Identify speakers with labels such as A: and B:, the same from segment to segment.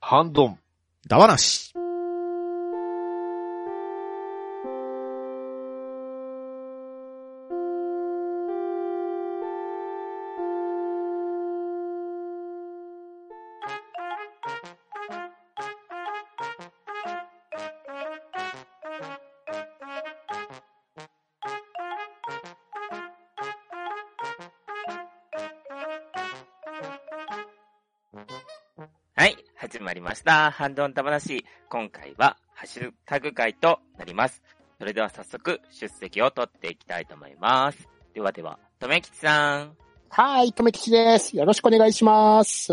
A: ハンドン。
B: だわなし。
C: はい、始まりました。ハンドン玉なし。今回は、ハッシュタグ会となります。それでは早速、出席を取っていきたいと思います。ではでは、とめきちさん、
D: はい、とめきちです。よろしくお願いします。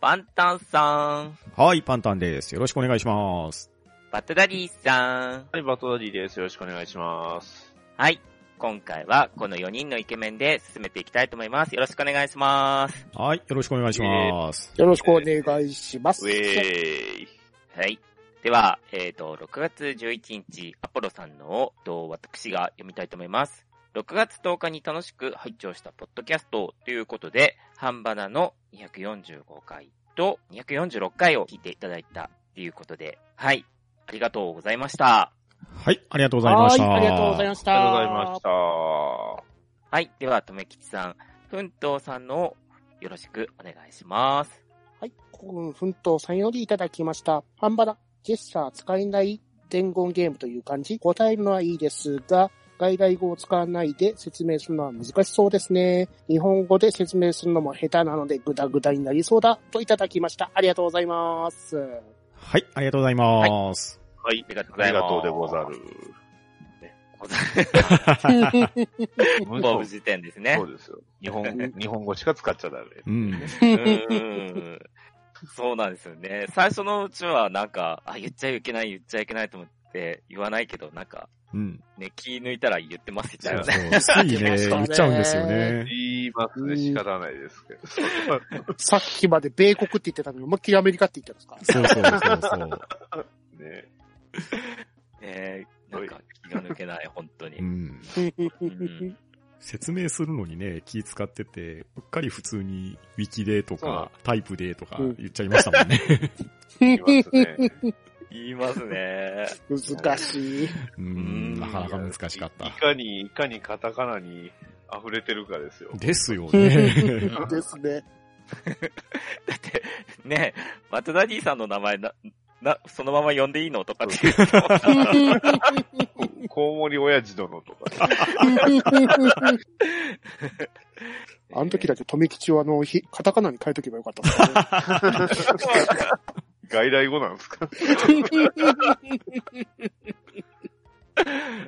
C: パンタンさん、
B: はい、パンタンです。よろしくお願いします。
C: バトダリーさん。
A: はい、バトダディです。よろしくお願いします。
C: はい、今回は、この4人のイケメンで進めていきたいと思います。よろしくお願いします。
B: はい、よろしくお願いします。
D: よろしくお願いします。
A: ウェーイ。
C: はい。では、えっ、と、6月11日、アポロさんのを、と私が読みたいと思います。6月10日に楽しく拝聴したポッドキャストということで、ハンバナの245回と246回を聞いていただいたということで、はい。ありがとうございました。
B: はい、ありがとうございました。
D: はい、ありがとうございました。
A: ありがとうございました。は
C: はい。では、とめきちさん、ふんとうさんのをよろしくお願いします。
D: はい、こ奮闘さんよりいただきました。ハンバラ、ジェスチャー使えない伝言ゲームという感じ。答えるのはいいですが、外来語を使わないで説明するのは難しそうですね。日本語で説明するのも下手なのでグダグダになりそうだといただきました。ありがとうございます。
B: はい、ありがとうございます。
A: い、
C: ありがとうご
A: あ
C: ざ
A: り
C: いま
A: がと
C: す。
A: うでござる。
C: ござる。
A: 文
C: ボブ時点ですね。
A: そうですよ。日本、 日本語しか使っちゃダメ。
B: うん。
C: うーんそうなんですよね。最初のうちはなんか、あ、言っちゃいけない、言っちゃいけないと思って言わないけど、なんか、
B: うん。
C: ね、気抜いたら言ってますみたいな
B: そ
C: ね。
B: う、つい ね、言っちゃうんですよね。
A: 言いますね、仕方ないですけど。
D: さっきまで米国って言ってたのに思いっきりアメリカって言ってたんですか
B: そうそうそうそう。
A: ね。
C: えーなんか気が抜けない、本当
B: う
C: に。
B: ん。
C: ん
B: 説明するのにね、気使ってて、うっかり普通に、ウィキでとか、タイプでとか
D: うん
B: 言っちゃいましたもん ね。
A: 言いますね。
C: 言いますね。
D: 難しい。
B: う
C: う
B: ん、
C: ん
B: なかなか難しかっ
A: いい
B: た。
A: かに、いかにカタカナに溢れてるかですよ。
B: ですよ
D: で
B: ね。
D: す ね。
C: だって、ね、マトダディさんの名前な、な、そのまま呼んでいいのとかっていう。
A: コウモリ親父殿とかね、
D: あの時だけ富吉をあの、ひカタカナに変えとけばよかったですね。
A: 外来語なんですか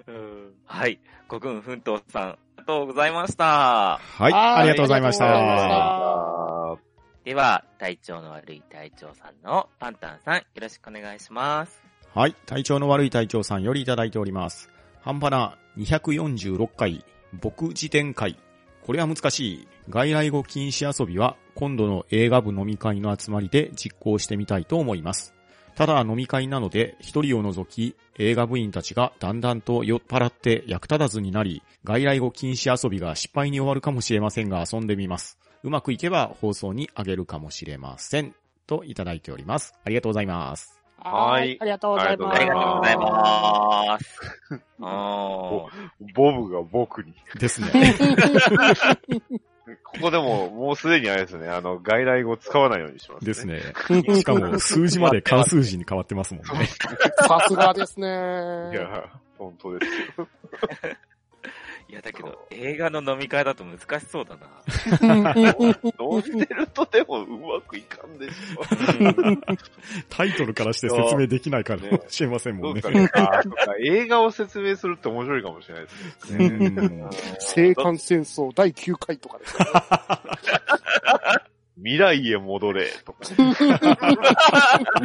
C: うんはい。国軍奮闘さん、ありがとうございました。
B: はい、ありがとうございまし。
D: ありがとうございました
A: あ
C: では、体調の悪い隊長さんのパンタンさん、よろしくお願いします。
B: はい。体調の悪い隊長さんよりいただいております。半端な246回、僕辞典会。これは難しい。外来語禁止遊びは今度の映画部飲み会の集まりで実行してみたいと思います。ただ飲み会なので一人を除き映画部員たちがだんだんと酔っ払って役立たずになり、外来語禁止遊びが失敗に終わるかもしれませんが遊んでみます。うまくいけば放送にあげるかもしれません。といただいております。ありがとうございます。
A: はい
D: ありがとうございます。
C: ありがとうござい
D: す。
C: ます。おー
A: ーボブが僕に。
B: ですね。
A: ここでも、もうすでにあれですね、あの、外来語使わないようにします、
B: です。ね。しかも、数字まで関数字に変わってますもんね。
D: さすがですね。
A: いや、本当ですよ。
C: いや、だけど、映画の飲み会だと難しそうだ な。
A: どうしてるとでもうまくいかんでしょ。
B: タイトルからして説明できないからもしれません
A: ど
B: も
A: うんで
B: ね
A: す。かね。あーそっか映画を説明するって面白いかもしれないですね。
B: うん
D: 青韓戦争第9回とかですね。
A: 未来へ戻れ、とか。未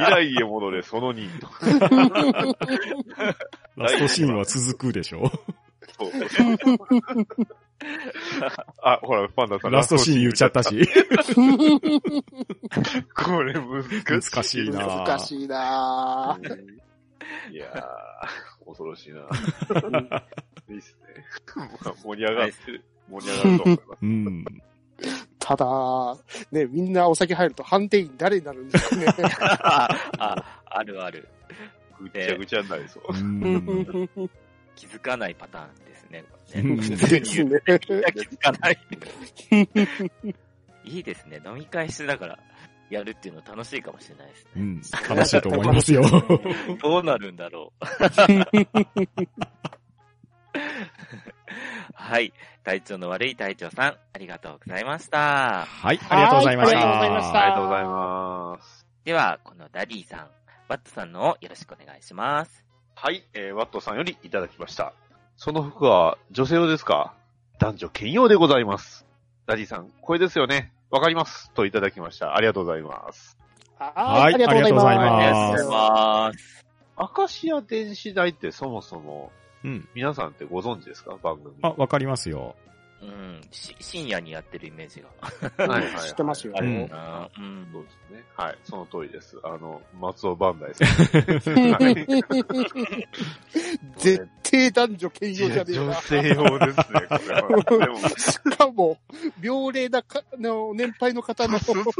A: 来へ戻れ、その2とか。
B: ラストシーンは続くでしょ
A: そうあ、ほら、パンダさん。
B: ラストシーン言っちゃったし。
A: これ難しい。
B: 難しいな
D: 難しいなぁ
A: いやー、恐ろ しいな。 いいっすね。まあ盛り上がってる。盛り上がると思います。
B: うん。
D: ただ、ね、みんなお酒入ると判定員誰になるんですかね。
C: あ、あるある。
A: ぐちゃぐちゃになりそう。
B: うん
C: 気づかないパターンです ね。
B: うん
C: 普通
D: で
C: に
D: す
C: 言う
D: ね。
C: いや気づかない。いいですね。飲み会しながらやるっていうの楽しいかもしれないです
B: う
C: ね。
B: ん。楽しいと思いますよ。
C: どうなるんだ ろう。はい。体調の悪い隊長さん、ありがとうございました。
B: はい、ありがとうございました。
D: はいありがとうございました
A: ありがとうございます。
C: では、このダディさん、バットさんのをよろしくお願いします。
A: はい、えー、ワットさんよりいただきました。その服は女性用ですか男女兼用でございます。ダディさん、これですよね。わかります。といただきました。ありがとうございます。
D: はいい、ありがとうご
B: あ
C: あ
D: ざい
C: り
B: りがとう
C: がとう
B: ご
C: ござ
B: ざ
C: い
B: い
D: ま
C: ます。
A: アカシア電子台ってそもそも
B: うん。
A: 皆さんってご存知ですか番組。
B: あ、わかりますよ。
C: うん、し深夜にやってるイメージが。
A: はいはい
D: す。知ってますよ
A: あ。れも、
C: あーうん
A: そうですね。はい、その通りです。あの、松尾万大さん。はい
D: 絶対男女兼用
A: い
D: じゃね
A: や
D: え
A: 女
D: な。
A: 性用ですね、これは。でも、
D: しかも、妙齢なか、あの、年配の方の、
A: どう考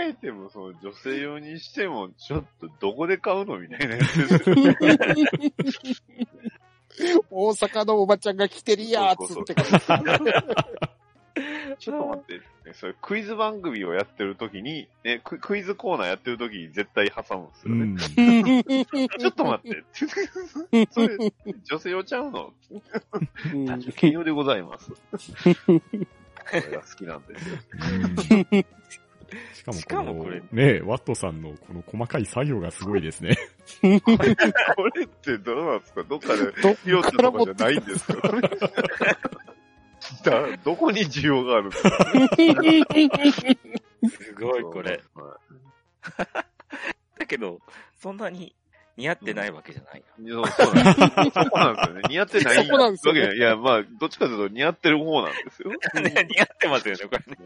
A: えても、その女性用にしても、ちょっとどこで買うのみたいなやつですよね。
D: 大阪のおばちゃんが来てるやーつってから。
A: ちょっと待って、それクイズ番組をやってる時に、ね、ククイズコーナーやってる時に絶対挟むんです
B: う
A: よね。
B: ん。
A: ちょっと待って。それ、女性用ちゃうの単純兼用でございます。これが好きなんですよ。
B: しかも
C: しかも
B: こ
C: こ
B: れ
C: れ、
B: ねワットさんのこの細かい作業がすごいです ね。
A: これってどうなんですかどっかで
D: どっ
A: 用途
D: から
A: と
D: 持
A: か
D: っ
A: じ
D: て
A: ゃないんです かだどこに需要があるんですか
C: すごい、これ。。だけど、そんなに似合ってないわけじゃない
A: そうそうなんですそこなんですよね。似合ってない
D: そこなんですよ
A: わけじ
D: ね
A: ゃないいや、まあ、どっちかというと似合ってる方なんですよ。
C: な。ね 似合ってますよね、これね。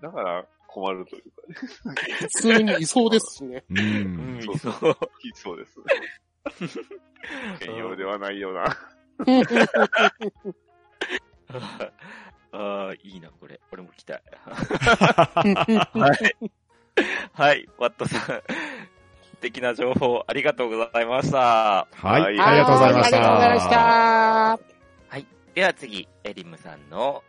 A: だから、困るというか、ね、
D: 普通にいそうですしね。
B: う。
C: うんん
A: そうそ
C: そう。
A: そうです。兼用ではないような。
C: ああ、いいな、これ。俺も来たい。 はい、ワットさん。 素敵な情報ありがとうございました。
B: はい、
A: はい
B: ありがとうございまし。
D: ありがとうございましたた。
C: では次、エリムさんの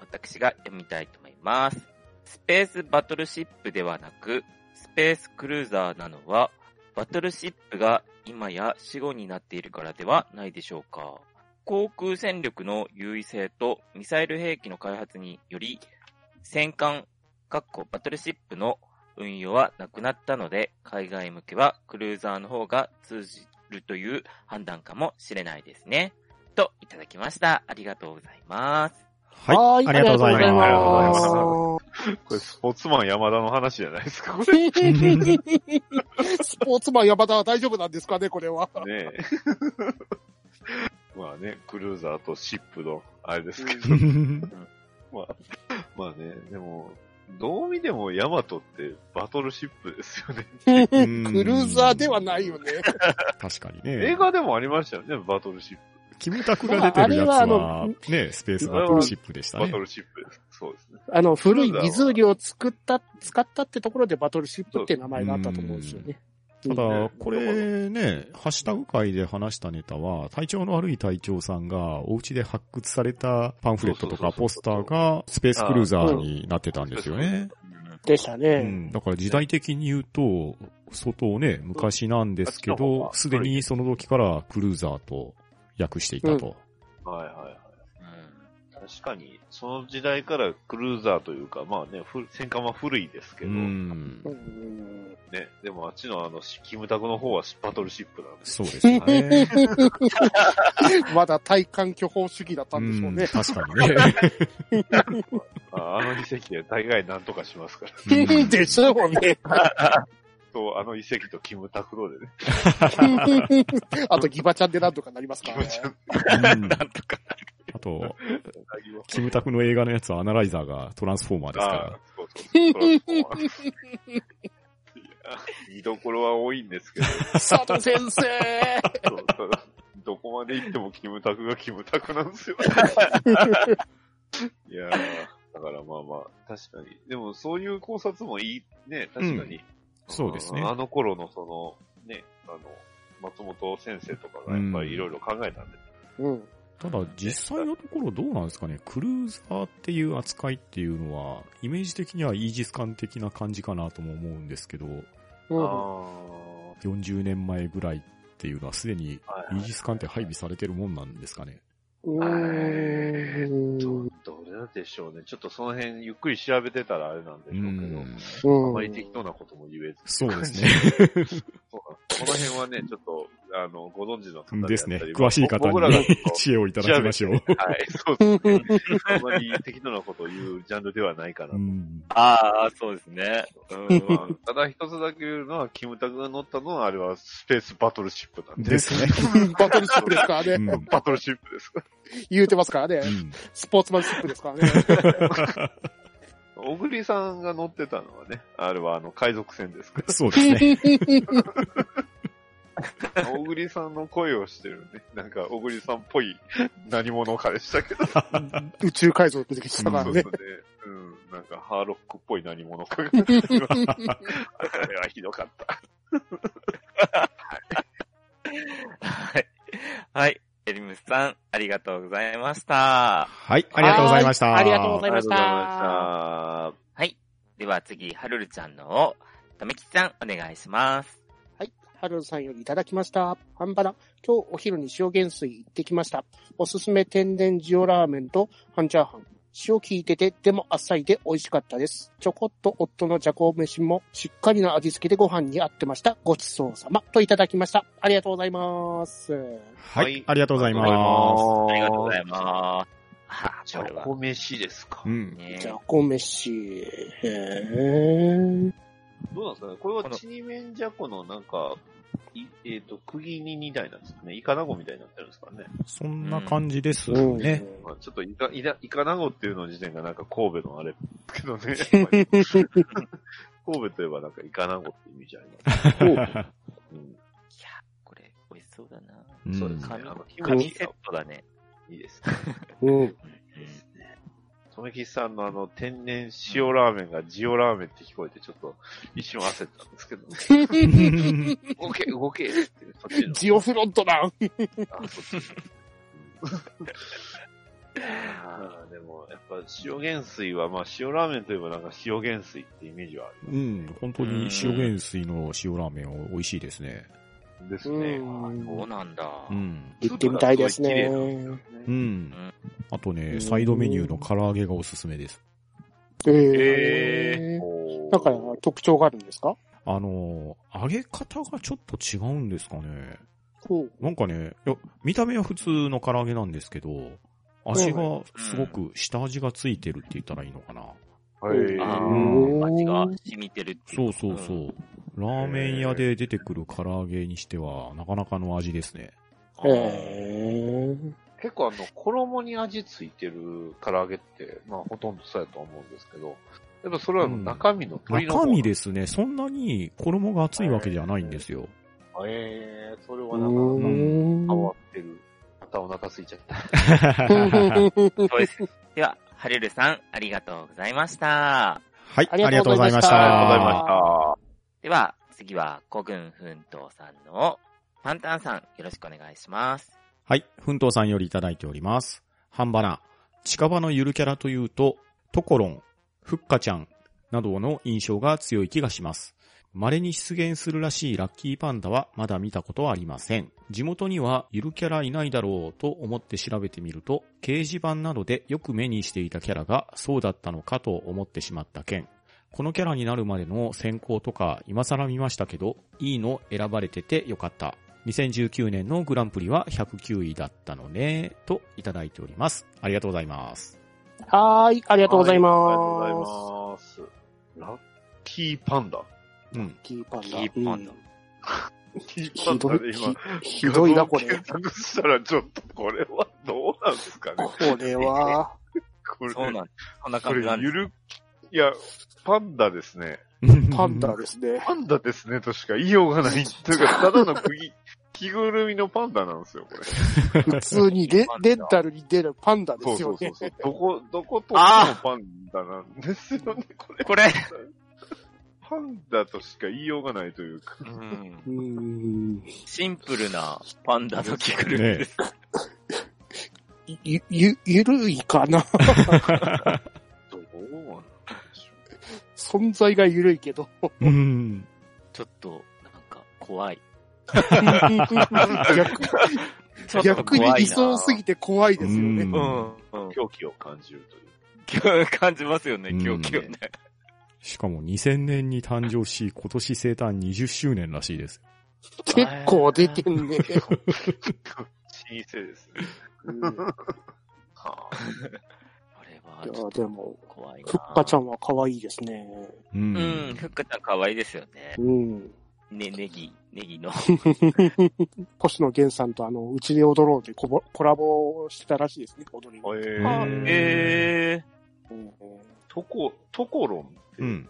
C: 私が読みたいと思います。スペースバトルシップではなく、スペースクルーザーなのは、バトルシップが今や死後になっているからではないでしょうか。航空戦力の優位性とミサイル兵器の開発により、戦艦、かっこバトルシップの運用はなくなったので、海外向けはクルーザーの方が通じるという判断かもしれないですね。といただきました。ありがとうございます。
B: は、
D: はいい
B: ありがとうございます。
A: ありがとうございま
B: あ
A: す
B: りがとうございます
A: これ、スポーツマン山田の話じゃないですか、こ
D: スポーツマン山田は大丈夫なんですかね、これは。
A: れ。ねえ まあね、クルーザーとシップの、あれですけど、まあ、まあね、でも、どう見てもヤマトってバトルシップですよね。
D: ク
B: ん
D: ルーザーではないよね。
B: 確かに
A: 映
B: ね。
A: 画でもありましたよね、バトルシップ。
B: キムタクが出てるやつ
D: まああれは
B: は
D: あの、
B: ね、スペースバトルシップでした
A: バ
B: ね
A: ト。ルシップです。そうですね。
D: あの、古い湖を作った、使ったってところでバトルシップっていう名前があったと思うんですよね。
B: ただ、これね、ハッシュタグ会で話したネタは、体調の悪い隊長さんが、お家で発掘されたパンフレットとか
A: そ
B: ポ
A: う
B: ス
A: そう
B: タ
A: そうそう
B: ーが、スペースクルーザーになってたんですよね。
D: でした
B: う
D: ね。
B: ん。だから時代的に言うと、相当ね、昔なんですけ
A: あっちの方
B: ど、
A: が
B: すでにその時からクルーザーと訳していたと。
A: はいはいはい。確かに、その時代からクルーザーというか、まあね、ふ戦艦は古いですけ
B: う
A: ど、
B: ん。
D: うん
A: ね、でもあっちのあの、キムタクの方はバトルシップなんです。
B: そうですよね。
D: まだ体感巨峰主義だった
B: うん
D: でしょうんね。
B: 確かにね。
A: ああの遺跡で大概なんとかしますから。
B: うん
D: でしょうね。
A: そう、あの遺跡とキムタクのでね。
D: あとギバちゃんでなんとかなりますか
A: キム
D: らね
A: ちゃん、
B: うんあと、キムタクの映画のやつはアナライザーがトランスフォーマーです
A: あ
B: か
A: あ、そうそうそうそう。いや見どころは多いんですけど、
D: 佐藤先生
A: そうそうどこまで行ってもキムタクがキムタクなんですよ。いややーだからまあまあ、確かに。でもそういう考察もいいね、確かに。
B: そうですね
A: あの頃のその、ね、あの、松本先生とかがやっぱりいろいろ考えたんで、
D: うん。
B: ただ実際のところどうなんですかねクルーザーっていう扱いっていうのは、イメージ的にはイージス艦的な感じかなとも思うんですけど、
D: うん。
A: あ
B: 40年前ぐらいっていうのはすでに
A: あ、はい
B: イ
A: は
B: ー
A: い
B: ジス艦って配備されてるもんなんですかね。
D: う
A: え
D: ーん。
A: どどれなんでしょうね。ちょっとその辺ゆっくり調べてたらあれなんでしょうけど、
B: うん
A: あま
D: う
A: り
D: ん。
A: 適当なことも言えず。
B: そうですね。
A: そうなんですこの辺はね、ちょっと、あの、ご存知の方
B: ですね。
A: まあ
B: 詳しい方
A: 僕ら
B: に
A: が
B: ね
A: ちょっと
B: 知恵をいただきましょう。
A: はい、そうですね。あまり適当なことを言うジャンルではないかなと
B: う。ん
C: ああ、そうですね。
A: うんまあただ一つだけ言うのは、キムタクが乗ったのは、あれはスペースバトルシップなんで。
B: ですね。
D: バトルシップですから
B: う
D: ね。
B: んうん
A: バトルシップです。
D: 言うてますからね。スポーツマンシップですからね。
A: 小栗さんが乗ってたのはね、あれはあの海賊船ですか
B: そうですね。
A: ら。小栗さんの声をしてるね、なんか小栗さんっぽい何者かでしたけど。
D: 宇宙改造出てきてたから
A: そう
D: ね
A: です。ね。うん、なんかハーロックっぽい何者かが。あれはひどかった。
C: はい。はい。エリムスさん、ありがとうございました。
B: はい、ありがとうございました。
D: ありがとうございまし
A: あり
D: た。
A: がとうございまし
C: はい。では次、はるるちゃんの、ためきちさん、お願いします。
D: はい。ハルさんよりいただきました。ハンバラ。今日お昼に塩原水行ってきました。おすすめ天然塩ラーメンと半チャーハン。塩効いてて、でもあっさりで美味しかったです。ちょこっと夫のじゃこ飯もしっかりな味付けでご飯に合ってました。ごちそうさま。といただきました。ありがとうございます。
B: は
A: はいい、
B: ありがとうござい
A: ありがとう
B: ま
C: あ
A: あー
C: りがとうございます。あ
A: た。
C: ー、これは。
A: 飯ですか
B: す。うん。
C: ね
D: じゃこ飯。へー。
A: どうなんですかねこれはちりめんじゃこのなんか、いえっ、と、釘に2台なんですかねイカナゴみたいになってるんですかね、
B: そんな感じです
D: うん
B: ね。。
A: まあ、ちょっとイカ、イカイカナゴっていうの時点がなんか神戸のあれけどね。やっ ぱり神戸といえばなんかイカナゴって意味じゃないうん。
C: いや、これ、美味しそうだな。
B: ん
A: そうですね。
C: 神
A: あの、キム
C: 紙
A: チ
C: セットだね。
A: いいですね。
D: うん。
A: とめきさんのあの、天然塩ラーメンがジオラーメンって聞こえてちょっと一瞬焦ったんですけど、動け、動けって、そっちの。
D: ジオフロントだ。
A: あ、そっち。ああ、でも、やっぱ、塩原水は、まあ、塩ラーメンといえばなんか塩原水ってイメージはあ
B: うん、本当に塩原水の塩ラーメンは美味しいですね。
A: るんですね。
D: うん
A: はい
C: そうなんだ。
B: うん。
D: 行ってみたいですね。
B: う
A: うん
B: ん。あとね、サイドメニューの唐揚げがおすすめです。
D: え
A: え
D: え
A: ー
D: なんか特徴があるんですか
B: あのー、揚げ方がちょっと違うんですかね。
D: ほう。
B: なんかね、いや見た目は普通の唐揚げなんですけど、味がすごく、下味がついてるって言ったらいいのかな。
A: はい。
C: あ
B: う
C: ー、味が染みてるってい。
B: そううそうそう。ラーメン屋で出てくる唐揚げにしては、なかなかの味ですね。
D: ええ
A: 結構あの、衣に味ついてる唐揚げって、まあ、ほとんどそうやと思うんですけど、やっぱそれはあの
B: うん
A: 中身の鶏の方
B: 中身
A: で。
B: ですね、そんなに衣が厚いわけじゃないんですよ。
A: ええそれ
D: う
A: はなかなか変
D: ん。
A: わってる。またお腹空いちゃった。
B: は
C: そうです。では、はるるさん、ありがとうございました。
B: い、
D: あ
B: あ
D: り
B: り
D: が
B: が
D: と
B: と
D: う
B: う
D: ご
B: ござい
D: ざいま
B: ま
D: し
B: した
A: ありがとうございま
B: た。
A: した。
C: では、次は、古軍奮闘さんの、パンタンさん、よろしくお願いします。
B: はい、奮闘さんよりいただいております。半ばな、近場のゆるキャラというと、トコロン、フッカちゃんなどの印象が強い気がします。稀に出現するらしいラッキーパンダはまだ見たことはありません。地元にはゆるキャラいないだろうと思って調べてみると、掲示板などでよく目にしていたキャラがそうだったのかと思ってしまった件。このキャラになるまでの選考とか今更見ましたけど、いいの選ばれててよかった。2019年のグランプリは109位だったのね、といただいております。ありがとうございます。
D: はーい、あり
A: あり
D: がとうございま
A: あ
D: す。
A: りがとうございます。ラッキーパンダ。
B: うん。
D: キーパンダ。
C: キーパンダ
D: うん
A: ラッキーパ
D: ひ
A: ン
D: ど
A: ダで
D: い、
A: 今、
D: ひ ひどいな、これ
A: 検。索したらちょっとこれはどうなんですかね。
D: これ は、
A: これ、
C: そうなんこんな
A: こ
C: 感じ
A: れ
C: なんで
A: ゆ
C: す。
A: る、いや、パンダですね。
D: パンダですね。
A: パンダですねとしか言いようがない。というか、ただの釘、着ぐるみのパンダなんですよ、これ。
D: 普通にレ
C: パンダ
D: レンタルに出るパンダで
A: そう
D: す
A: そ
D: よ
A: うそ
D: ね
A: う。そう。どこ、どこと
C: あー
A: パンダなんですよね、これ。
C: これ。
A: パンダとしか言いようがないというか。
D: うーん
C: シンプルなパンダの着ぐるみ
B: ね
C: です。
D: ゆ、ゆ、ゆるいかな
A: どうなんでしょ
D: 存在がゆるいけ ど。
B: うん。
C: ちょっと、なんか、怖い。
D: 逆
C: ちょっと
D: 逆に
C: 怖いな
D: 理想すぎて怖いですよ
B: う
D: ね。
C: うんん。う ん
A: う。狂気を感じるという。
C: 感じますよね、
B: うん
C: 狂気をね。
B: しかも2000年に誕生し、今年生誕20周年らしいです。
D: 結構出てん ね。
A: 老舗ですね。
D: うん、
A: は
C: これはい
D: や
C: ちょっ
D: でも、
C: と怖いな。
D: ふっかちゃんは可愛いですね。
B: う
C: うん、。ふっかちゃん可愛いですよね
D: う。ん。
C: ね、ネギ、ネギの。
D: 星野源さんとあの、うちで踊ろうでコボコラボしてたらしいですね、踊りが。
A: あえ
B: あ
A: ー、
C: え
D: うん
A: とこ、ところんって。
B: うん。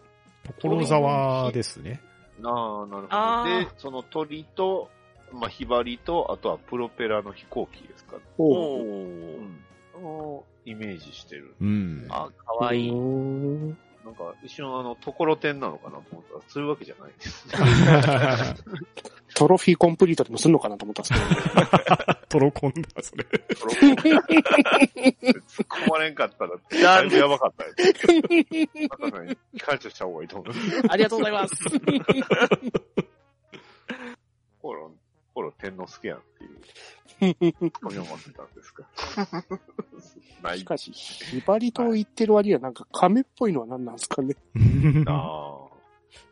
B: 所沢ですね。
A: ああ、な
C: あ
A: るほ
C: ー
A: ど。で、その鳥と、まあ、ひばりと、あとはプロペラの飛行機ですかね。
C: ー。
D: おう
C: お
A: う
C: ー。
A: をイメージしてる。
B: うん。
C: あ、可愛
D: う
C: い。
D: ーん
A: なんか、一瞬あの、ところてんなのかなと思ったら、そういうわけじゃないですね。
D: トロフィーコンプリートでもすんのかなと思ったんですけど。
B: トロコンだ、それ。
A: とろ突っ込まれんかったら、だいぶやばかったです。まさに、解除した方がいいと思う。
D: ありがとうござい ます。
A: コロ、コロ天之助やんっていう、これを持ってたんですか。ない
D: しかし、ひばりと言ってる割にはなんか亀っぽいのは何なんですかね。
A: な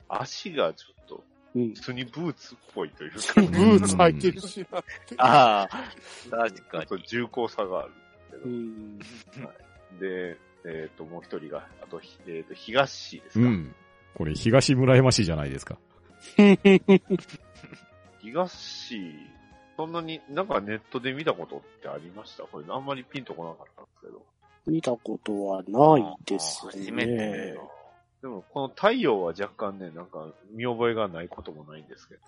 A: あ足がちょっと、
D: うん。
A: 普通にブーツっぽいというか、
D: ブーツ履いてるしな。
C: ああ、確か
A: ちょっと重厚さがある。
D: うん。
A: で、えっ、と、もう一人が、あと、ひえっ、と、東氏です
B: う
A: か。
B: ん。これ、東村山市じゃないですか。
A: 東氏、そんなに、なんかネットで見たことってありましたこれ、あんまりピンとこなかったんですけど。
D: 見たことはないです
C: 初めて
D: ね。
A: でも、この太陽は若干ね、なんか、見覚えがないこともないんですけど、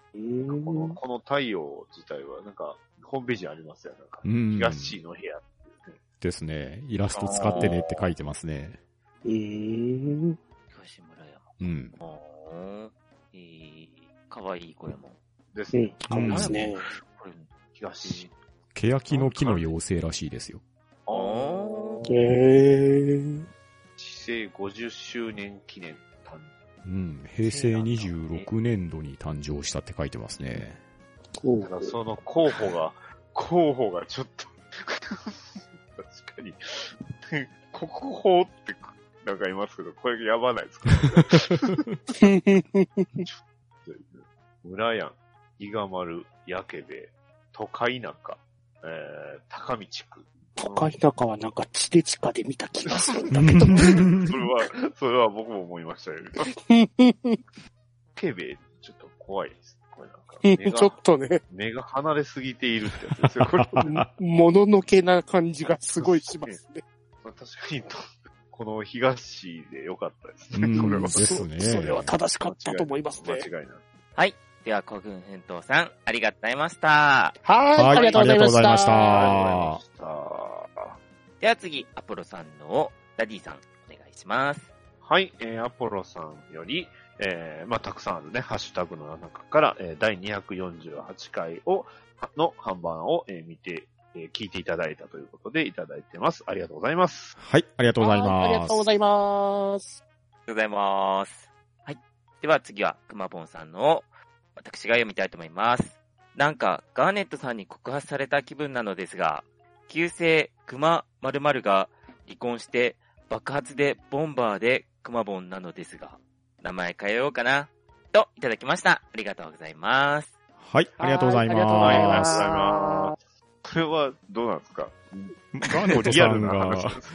D: う
A: この、
D: ん
A: この太陽自体は、なんか、ホームページにありますよ、なんか。
B: うん
A: 東氏の部屋っていうね。
B: ですね。イラスト使ってねって書いてますね。
D: うん。
C: 東村山。
B: うん。
C: おー。いい。可愛い、これも。
A: です
D: う
A: ね
D: ん。。かわいいですね。
C: これも。
A: 東氏。
B: 欅の木の妖精らしいですよ。
A: あ
C: お
D: へ
C: ー。
D: えー。
A: 市政50周年記念誕
B: うん。平成26年度に誕生したって書いてますね。
D: お
A: だからその候補が、候補がちょっと、確かに、国宝ってなんか言いますけど、これやばないですか村やん、伊賀丸、やけべ、都会中、えー、高見地区。
D: 都会中はなんか地デ地下で見た気がするんだけど。
B: うん
A: それは、それは僕も思いましたよ。けべ、ちょっと怖いです。これなんか目が、
D: ちょっとね、
A: 目が離れすぎているってやつですよ、これ。
D: もののけな感じがすごいしますね。
A: まあ確かに、この東市で良かったです
B: う
A: ね、
B: ん
A: これは。
B: ですね
D: そそれは正しかったと思いますね。
A: 間違いない。
C: では、古軍奮闘さん、ありがとうございました。
B: はい
D: はい、ありがとうござい
B: ありがとう
D: まし
B: ございました
D: た。
A: あ
B: あ
A: りがとうございました。
C: では次、アポロさんのを、ダディさん、お願いします。
A: はい、えーアポロさんより、えーまあ、たくさんあるね、ハッシュタグの中から、えー第248回を、の版を、えー見て、えー聞いていただいたということでいただいてます。ありがとうございます。
B: はい、ありがとうござい
D: は
B: ます。
D: ありがとうございます。
C: ありがとうございます。はい。では次は、くまぼんさんのを、私が読みたいと思います。なんか、ガーネットさんに告発された気分なのですが、旧姓、くま〇〇が離婚して、爆発でボンバーでくまぼんなのですが、名前変えようかな、といただきました。ありがとうございます。
B: はい、ありがとうございます。
D: はありがとうございま
A: あ
D: す
A: りがとうございます。これはどうなんですか
B: ガーネットさん
A: リアルな
B: が
A: 話、です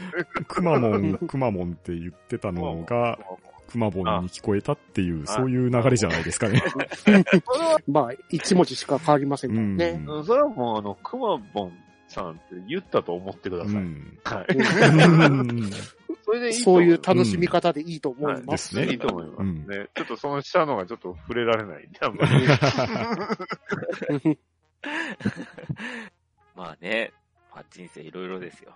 B: くまモン、くまモンって言ってたのが、 くまボンに聞こえたっていう、
A: あ
B: そういう流れじゃないですかね。
D: まあ、一文字しか変わりません
B: う
D: から
B: ん。
D: ね。
A: うんそれはもう、あの、くまぼんさんって言ったと思ってください。
B: うん
A: は
D: う
A: い。
B: うん
A: それでいいと
D: そう
A: 思
D: いう楽しみ方でいいと思い
A: は
D: ま
A: い
D: す。
A: いいと思います
B: う
A: ね。
B: ん
A: ちょっとその下のがちょっと触れられないんで、あんまり。
C: まあね、まあ、人生いろいろですよ。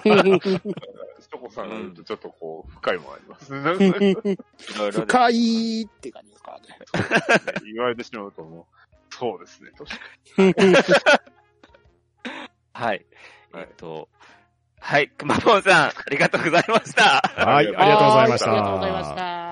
A: しとこさんが言うとちょっとこう、深いもありますね。なんか、ね、
C: いろいろです。
D: 深いって感じですか
A: 言われてしまうともう、そうですね。確か
D: ね。
C: はい。え
A: はい。
C: っと、はい、くまぽんさん、ありがとうございました。
B: はい、ありがとうございました。
D: ありがとうございました。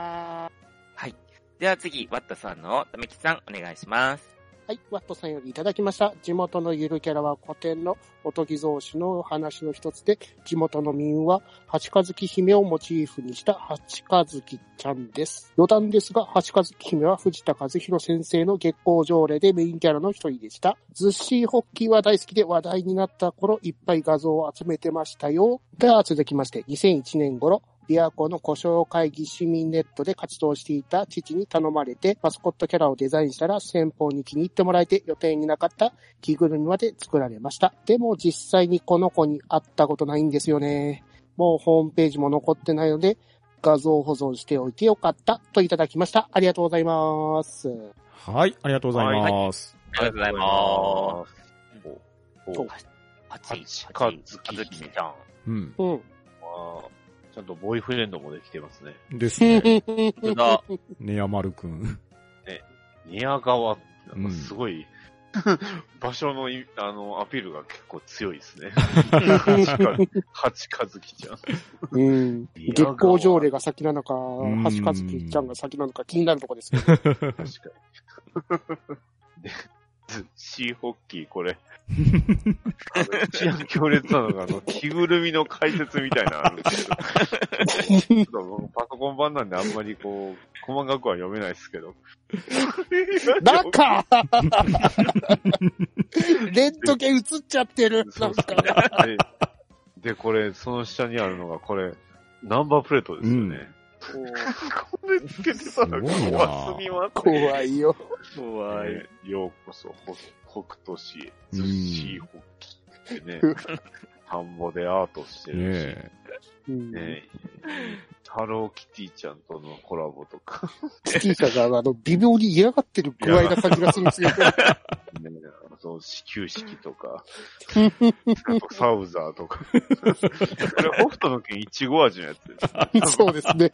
C: では次、ワットさんのためきさん、お願いします。
D: はい、ワットさんよりいただきました。地元のゆるキャラは古典のおとぎ造詞の話の一つで、地元の民話、八日月姫をモチーフにした八日月ちゃんです。余談ですが、八日月姫は藤田和弘先生の月光条例でメインキャラの一人でした。ずっしーホッキーは大好きで話題になった頃、いっぱい画像を集めてましたよ。では続きまして、2001年頃、琵琶湖の故障会議市民ネットで活動していた父に頼まれて、マスコットキャラをデザインしたら先方に気に入ってもらえて予定になかった着ぐるみまで作られました。でも実際にこの子に会ったことないんですよね。もうホームページも残ってないので、画像保存しておいてよかったといただきました。ありがとうございます。
B: はい、ありがとうございます。
C: ありがとうございます
D: そ
A: お
D: う
A: お
C: 八
A: 八
C: 八
A: 八
C: かずきちゃん。
B: うん。
D: うん。
A: まあ、ちゃんとボーイフレンドもできてますね。
B: ですね。
C: 当だ
B: ねやまるくん。
A: 寝屋川ってなんか すごい、場所のいあのアピールが結構強いですね。八かずきちゃん。
D: うん。月光条例が先なのか、
B: ん
D: 橋和樹ちゃんが先なのか気になるとこですけど。
A: 確かに。で、シーホッキー、これ。あの一番強烈なのが、あの、着ぐるみの解説みたいなのあるんですけど。ちょっともうパソコン版なんであんまりこう、細かくは読めないですけど。
D: なんか レントゲン映っちゃってる。
A: そ
D: な
A: うんです
D: か
A: ね。で、でこれ、その下にあるのが、これ、ナンバープレートですよね。これつけてたら怖すぎます。
D: 怖いよ。
C: 怖
A: ね。ようこそ、ほ北斗市へ、
B: う
A: 寿
B: ん
A: 司ホッキーってね、 田んぼでアートして
B: ね
A: るし、
B: え。
D: うん
A: ねハローキティちゃんとのコラボとか、
D: キティちゃんが、あの、微妙に嫌がってる具合な感じがするんですよ。
A: ね、その始球式とか、あとサウザーとか。これ、北斗の剣いちご味のやつです。
D: そうですね。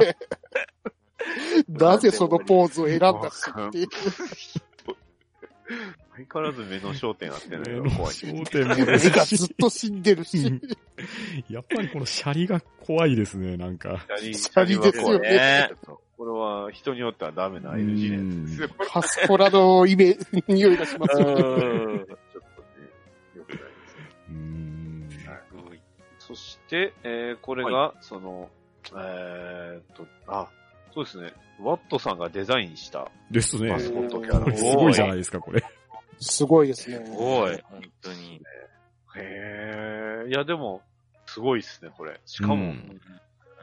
D: なぜそのポーズを選んだしっていう。
A: 相変わらず目の焦点合ってない
B: 目
A: よ
B: の、
A: 怖い。
B: 焦点もで
D: 目
B: す
D: が
B: し
D: ずっと死んでるし。
B: やっぱりこのシャリが怖いですね、なんか。
A: シャリ
D: シャリですよ
C: ね。
A: これは人によってはダメな NG なんですよ。ちょっ
D: カスコラのイメ、匂いがしますよ。
C: うん。
A: とね、良くないですね。
B: うーん。
A: そして、えー、これが、その、えーっと、あ、そうですね。ワットさんがデザインした
B: ですね
A: マ。スコットキャラ。
B: これすごいじゃないですか、これ。
D: すごいですね。
C: すごい。本当に。
A: へえ。いや、でも、すごいっすね、これ。 しかも、
B: うん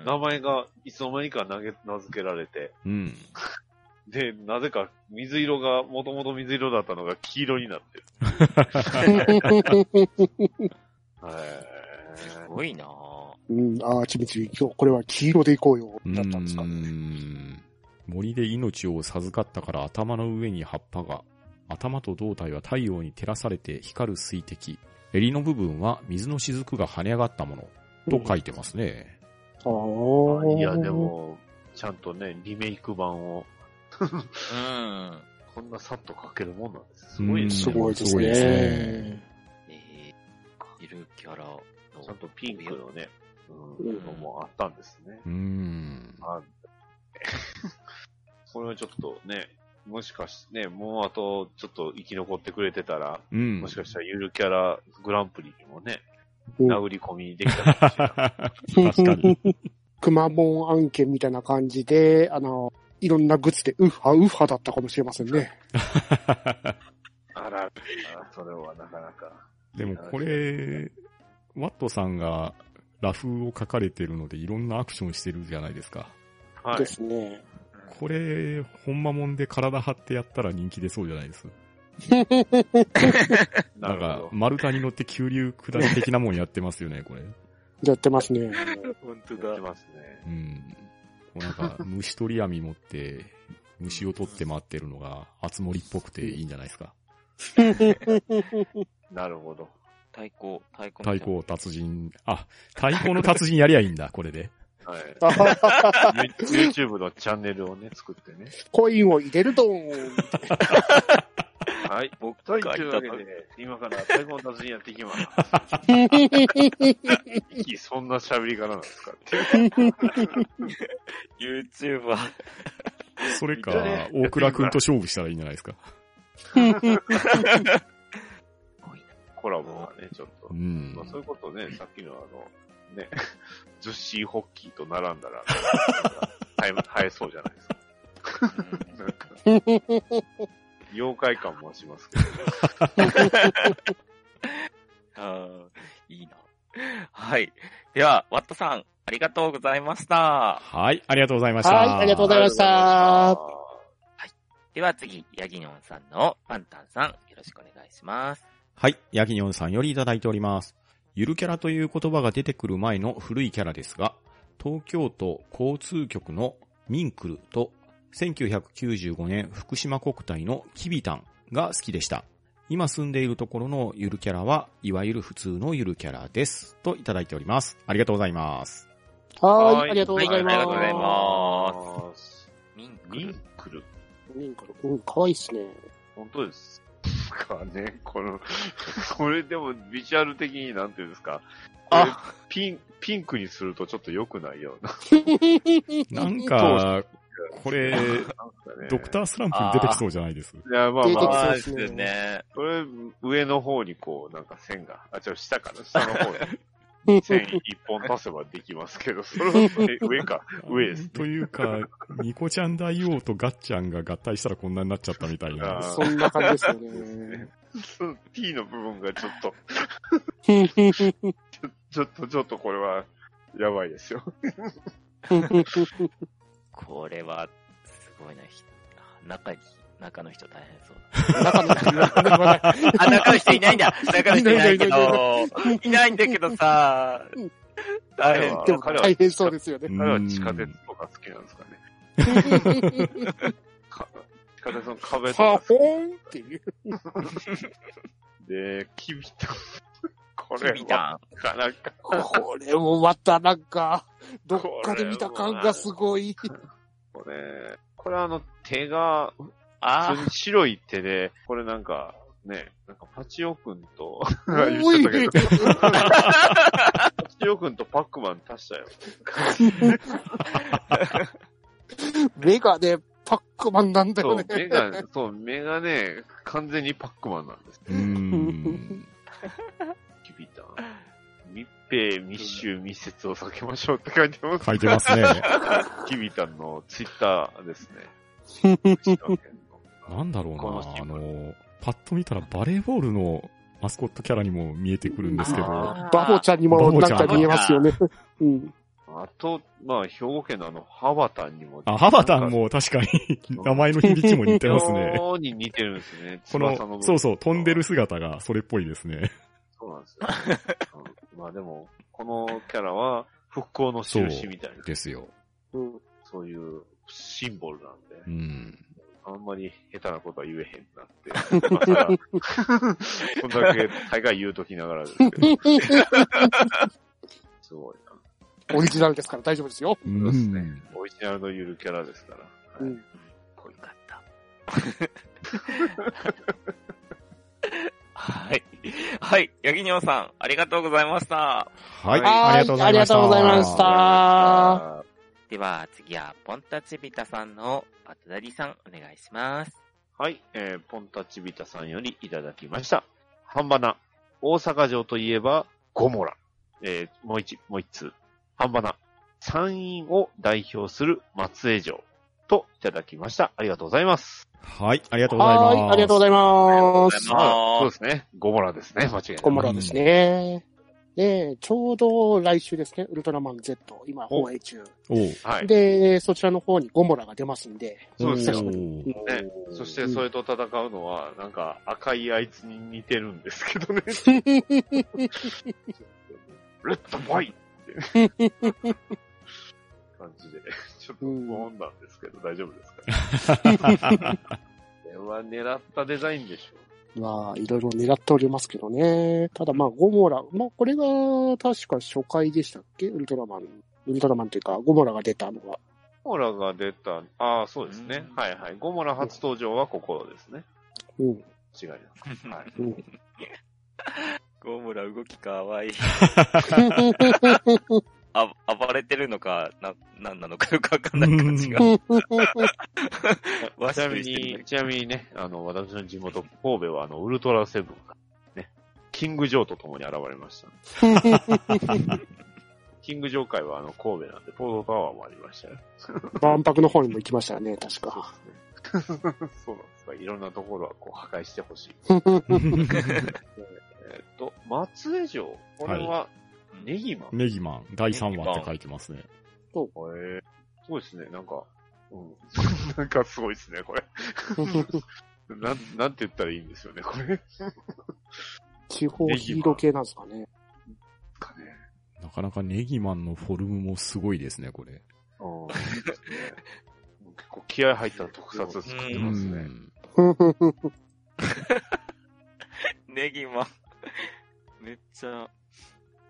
A: 名前がいつの間にか投げ名付けられて、
B: うん。
A: で、なぜか水色が、もともと水色だったのが黄色になってる。
C: す
A: へ
C: ごいなぁ。
D: うん、ああ、ちみち、今日これは黄色でいこうよ、
B: う
D: だったんですか
B: ー。ん森で命を授かったから頭の上に葉っぱが、頭と胴体は太陽に照らされて光る水滴、襟の部分は水の雫が跳ね上がったもの、と書いてますね。
D: ああ。
A: え。いや、で。も、ちゃんとね、リメイク版を、
C: うん。
A: こんなさっと書けるもんなんです。すごいです
D: す
A: ね。
D: ごいです
B: すごいです
D: ね
B: ね。
C: えー、いるキャラの。
A: ちゃんとピンクのね、
D: う
A: うんん、のもあったんですね。
B: うーん。
A: あこれはちょっとね、もしかしてね、もうあとちょっと生き残ってくれてた ら、
B: うん。
A: もしかしたらゆるキャラグランプリにもね、
D: うん
A: 殴り込みできたかもしれない。
B: 確かに。
D: くまモン案件みたいな感じで、あの、いろんなグッズで、ウッハウッハだったかもしれませんね。
A: あら、あそれはなかなか。
B: でもこれ、ワットさんがラフを書かれてるのでいろんなアクションしてるじゃないですか。
A: はい
D: で。すね。
B: これ、ほんまもんで体張ってやったら人気出そうじゃないです。
A: な
B: な
A: る
B: んか
A: ほ、
B: 丸太に乗って急流下り的なもんやってますよね、これ。
D: やってますね。
C: 本
A: ど。やってますね。
B: うん。こうなんか、虫取り網持って、虫を取って回ってるのが、厚森っぽくていいんじゃないですか。
A: なるほど。
C: 太鼓、太鼓。
B: 太鼓。達人、あ、太鼓の達人やりゃいいんだ、これで。
A: はい。
D: あはは
A: YouTube のチャンネルをね、作ってね。
D: コインを入れるド ン。
A: はい。僕というわけで、今から太鼓の達人やっていき ます。いいそんな喋り方なんですか
C: YouTuber。
B: それか
A: いいんじゃね、
B: 大倉くんと勝負したらいいんじゃないですか。
A: コラボはね、ちょっと
B: う。ん
A: まあ、。そういうことね、さっきのあの、ね、 ズッシーホッキーと並んだら、生え生えそうじゃないですか。なんか、妖怪感もしますけど、
C: あーいいな。はい。では、ワットさん、ありがとうございました。
B: はい、ありがとうございました。
D: はいありがとうございました
A: ありがとうございました。
C: では次、ヤギニョンさんのパンタンさん、よろしくお願いします。
B: はい、ヤギニョンさんよりいただいております。ゆるキャラという言葉が出てくる前の古いキャラですが、東京都交通局のミンクルと1995年福島国体のキビタンが好きでした。今住んでいるところのゆるキャラはいわゆる普通のゆるキャラです。といただいております。ありがとうございます。
D: はーい、ありがとうご
C: は
D: ざいます。
C: ありがとうござい
A: す。
C: ミンク
A: ミ
C: ル
A: ン。クル。
D: うんこれうん、かわいいっすね。
A: 本当です。かね、この、これでもビジュアル的になんていうんですか。
C: あ
A: これピン、ピンクにするとちょっと良くないような。
B: なんか、これ、ドクタ
A: ー
B: ースランプに出てきそうじゃないです。
A: いや、まあまあ、
D: 出てきそう
C: です
D: そうです
C: ね。
A: これ、上の方にこう、なんか線が、あ、違う、下 かな下の方に線
D: う
A: 一本足せばできますけど、それは、え上か。上ですね
B: というか、ニコちゃん大王とガッちゃんが合体したらこんなになっちゃったみたい
A: あ
B: な。
D: んそんな感じですよね。
A: その T の部分がちょっと、
D: は
A: ちょっと、ちょっとこれは、やばいですよ。
C: これは、すごいな、ひ中に、中の人大変そう
D: 中の
C: だ。あ、中の人いないんだ中の人いないけ
D: いな
C: ど、 いないんだけどさ
D: うん、
C: 大変。
D: でも大変そうですよね。
A: 彼は地下鉄とか好きなんですかね。か地下鉄の壁と
D: は
A: か好
D: ほーんっていう。
A: きで、キビタン。これ
C: 君
A: は、
C: だ。
A: なかなか、
D: これもまたなんか、どっかで見た感がすごい。
A: これ、これあの、手が、
C: あ
A: 普通
C: ー
A: に白い手で、これなんか、ね、なんかパチオくんと、言っ
D: お
A: ち
D: い
A: ゃったけど、パチオくんとパックマン足したよ。
D: 目がね、パックマンなんだ
A: そ
D: よ
A: う
D: ね、。
A: 目が、そう、目がね、完全にパックマンなんです。
B: うーん。
A: キビタン。密閉、密集、密接を避けましょうって書いてます。
B: 書いてますね。
A: キビタンのツイッター ですね。
B: なんだろう
A: この
B: な、
A: 人
B: あの、パッと見たらバレーボールのマスコットキャラにも見えてくるんですけど、
C: あー
D: バボちゃんにもなんか見えますよね。うん。
A: あと、まあ、兵庫県のあの、ハバタンにも。
B: あ、ハバタンも確かに名前の響きも似てます ね。
A: 妙に似てるんですね。
B: こ
A: 翼部
B: の、
A: 分
B: そうそう、飛んでる姿がそれっぽいですね。
A: そうなんですよ、ねうんまあでも、このキャラは復興の印みたいな、
B: ですよ。
D: うん
A: そういうシンボルなんで、
B: うん。
A: あんまり下手なことは言えへんなって。まあ、ただ こんだけ大概言うときながらですけど、すごいな。
D: オリジナルですから大丈夫ですよ。
B: う
A: そうですね
B: ん。。
A: オリジナルのゆるキャラですから。
D: う
A: はい
D: ん
C: よかった。はい。はい。ヤギニョンさん、ありがとうございました。
B: はい、
D: はい
B: ありがとうございました。
D: ありがとうございましたあ
C: では、次は、ポンタチビタさんのバトダリさん、お願いします。
A: はい、えー、ポンタチビタさんよりいただきました。半端な。大阪城といえば、ゴモラ。えー、もう一、もう一通。半端な。山陰を代表する松江城。と、いただきました。ありがとうございます。
B: はい、ありがとうございま
D: は
B: す。
D: ーい、ありがとうございます。
A: ま
C: あ
A: そ
C: ー
A: うですね。ゴモラですね。間違いない。
D: コモラですね。で、ちょうど来週ですね、ウルトラマン Z、今
A: お
D: 放映中。
B: おう
A: はい。
D: で、そちらの方にゴモラが出ますんで、
A: そうですよ
B: おう
A: ね、そして、それと戦うのは、なんか、赤いあいつに似てるんですけ どね。レッドボーイって感じで、ちょっと無音 なんですけど、大丈夫ですかねこれは狙ったデザインでしょ
D: まあ、いろいろ狙っておりますけどね。ただまあ、ゴモラ、まあ、これが確か初回でしたっけウルトラマン。ウルトラマンというか、ゴモラが出たのは。
A: ゴモラが出た、ああ、そうですね
C: う。ん
A: はいはい。ゴモラ初登場はここですね。
D: うん。
A: 違い ます。はい。
D: うん。
C: ゴムラ動きかわいい。あ、暴れてるのか、な、なんなのかよくわかんない感じが。わ
A: ち
C: し
A: な
C: ぶ
A: み
C: りしてる
A: に、ちなみにね、あの、私の地元、神戸は、あの、ウルトラセブンが、ね、キング・ジョーと共に現れました。キング・ジョー界は、あの、神戸なんで、ポートタワーもありましたよ。
D: 万博の方にも行きましたよね、確か。
A: そうなんですか。いろんなところは、こう、破壊してほしい。
B: うん
A: えーっと、松江城。これは、ネギマン。
B: ネギマン、第3話って書いてますね。
A: へえそうですね、なんか、うん。 なんかすごいですね、これ。なん、なんて言ったらいいんですよね、これ。で
D: 地方ヒーロー系なんですかね。
A: すかね。
B: なかなかネギマンのフォルムもすごいですね、これ。
A: うん。結構気合入った特撮作って
C: 出
A: ますね。
C: ネギマン。 めっちゃ、あ、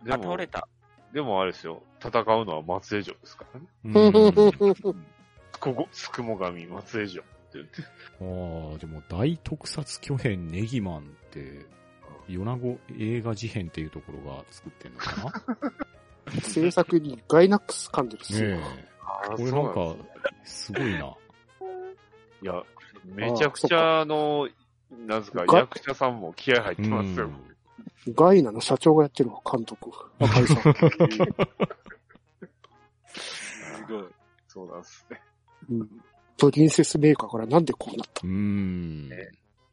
A: で
C: 倒
A: も
C: れ、た。
A: でもあれですよ、戦うのは松江城ですからね。
B: うん。うん
A: ここ、つくも神松江城。
B: ああ、でも大特撮巨編ネギマンって、米子映画事変っていうところが作ってんのか な
D: 制作にガイナックス噛んでるし。
B: ね
A: ああ
B: え。これなんか、すご いな。
A: いや、めちゃくちゃ、あの、なんですか、
D: が
A: 役者さんも気合入ってますよ。
D: ガイナの社長がやってるわ、監督。赤井さん。
C: すごい。
A: そうなんですね。
D: うんプリンセスメーカーからなんでこうなった
B: うーん。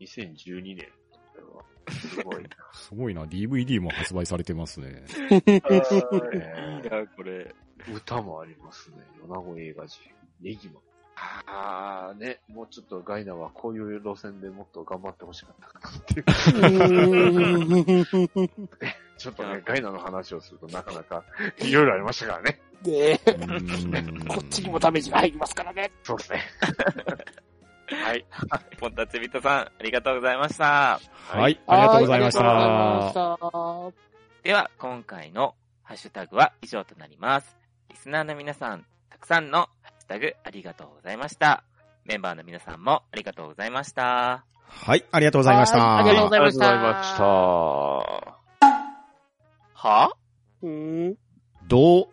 A: 2012年。これはすごい な。
B: すごいな。DVD も発売されてます ね。
C: いいな、これ。
A: 歌もありますね。米子映画人、ネギマン。ああ、ね、もうちょっとガイナはこういう路線でもっと頑張ってほしかったかなっていう。 ちょっと
C: いや
A: ね、ガイナの話をするとなかなかいろいろありましたからね。
D: で、
B: うーん
D: こっちにもダメージが入りますからね。
A: そう ですね。はい。
C: ポンタツビットさん、ありがとうございました。
B: はい、ありがとうございまし
D: は
B: た。
D: いありがとうございまし
C: では、今回のハッシュタグは以上となります。リスナーの皆さん、たくさんのハッシュタグありがとうございました。メンバーの皆さんもありがとうございました。
B: はい、ありがとうございました。
D: はいありがとうございました
A: ありがとうございました。
C: は
D: た。うーん
B: どう、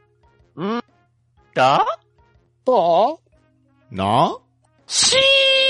C: だ
D: と、
B: な
D: しー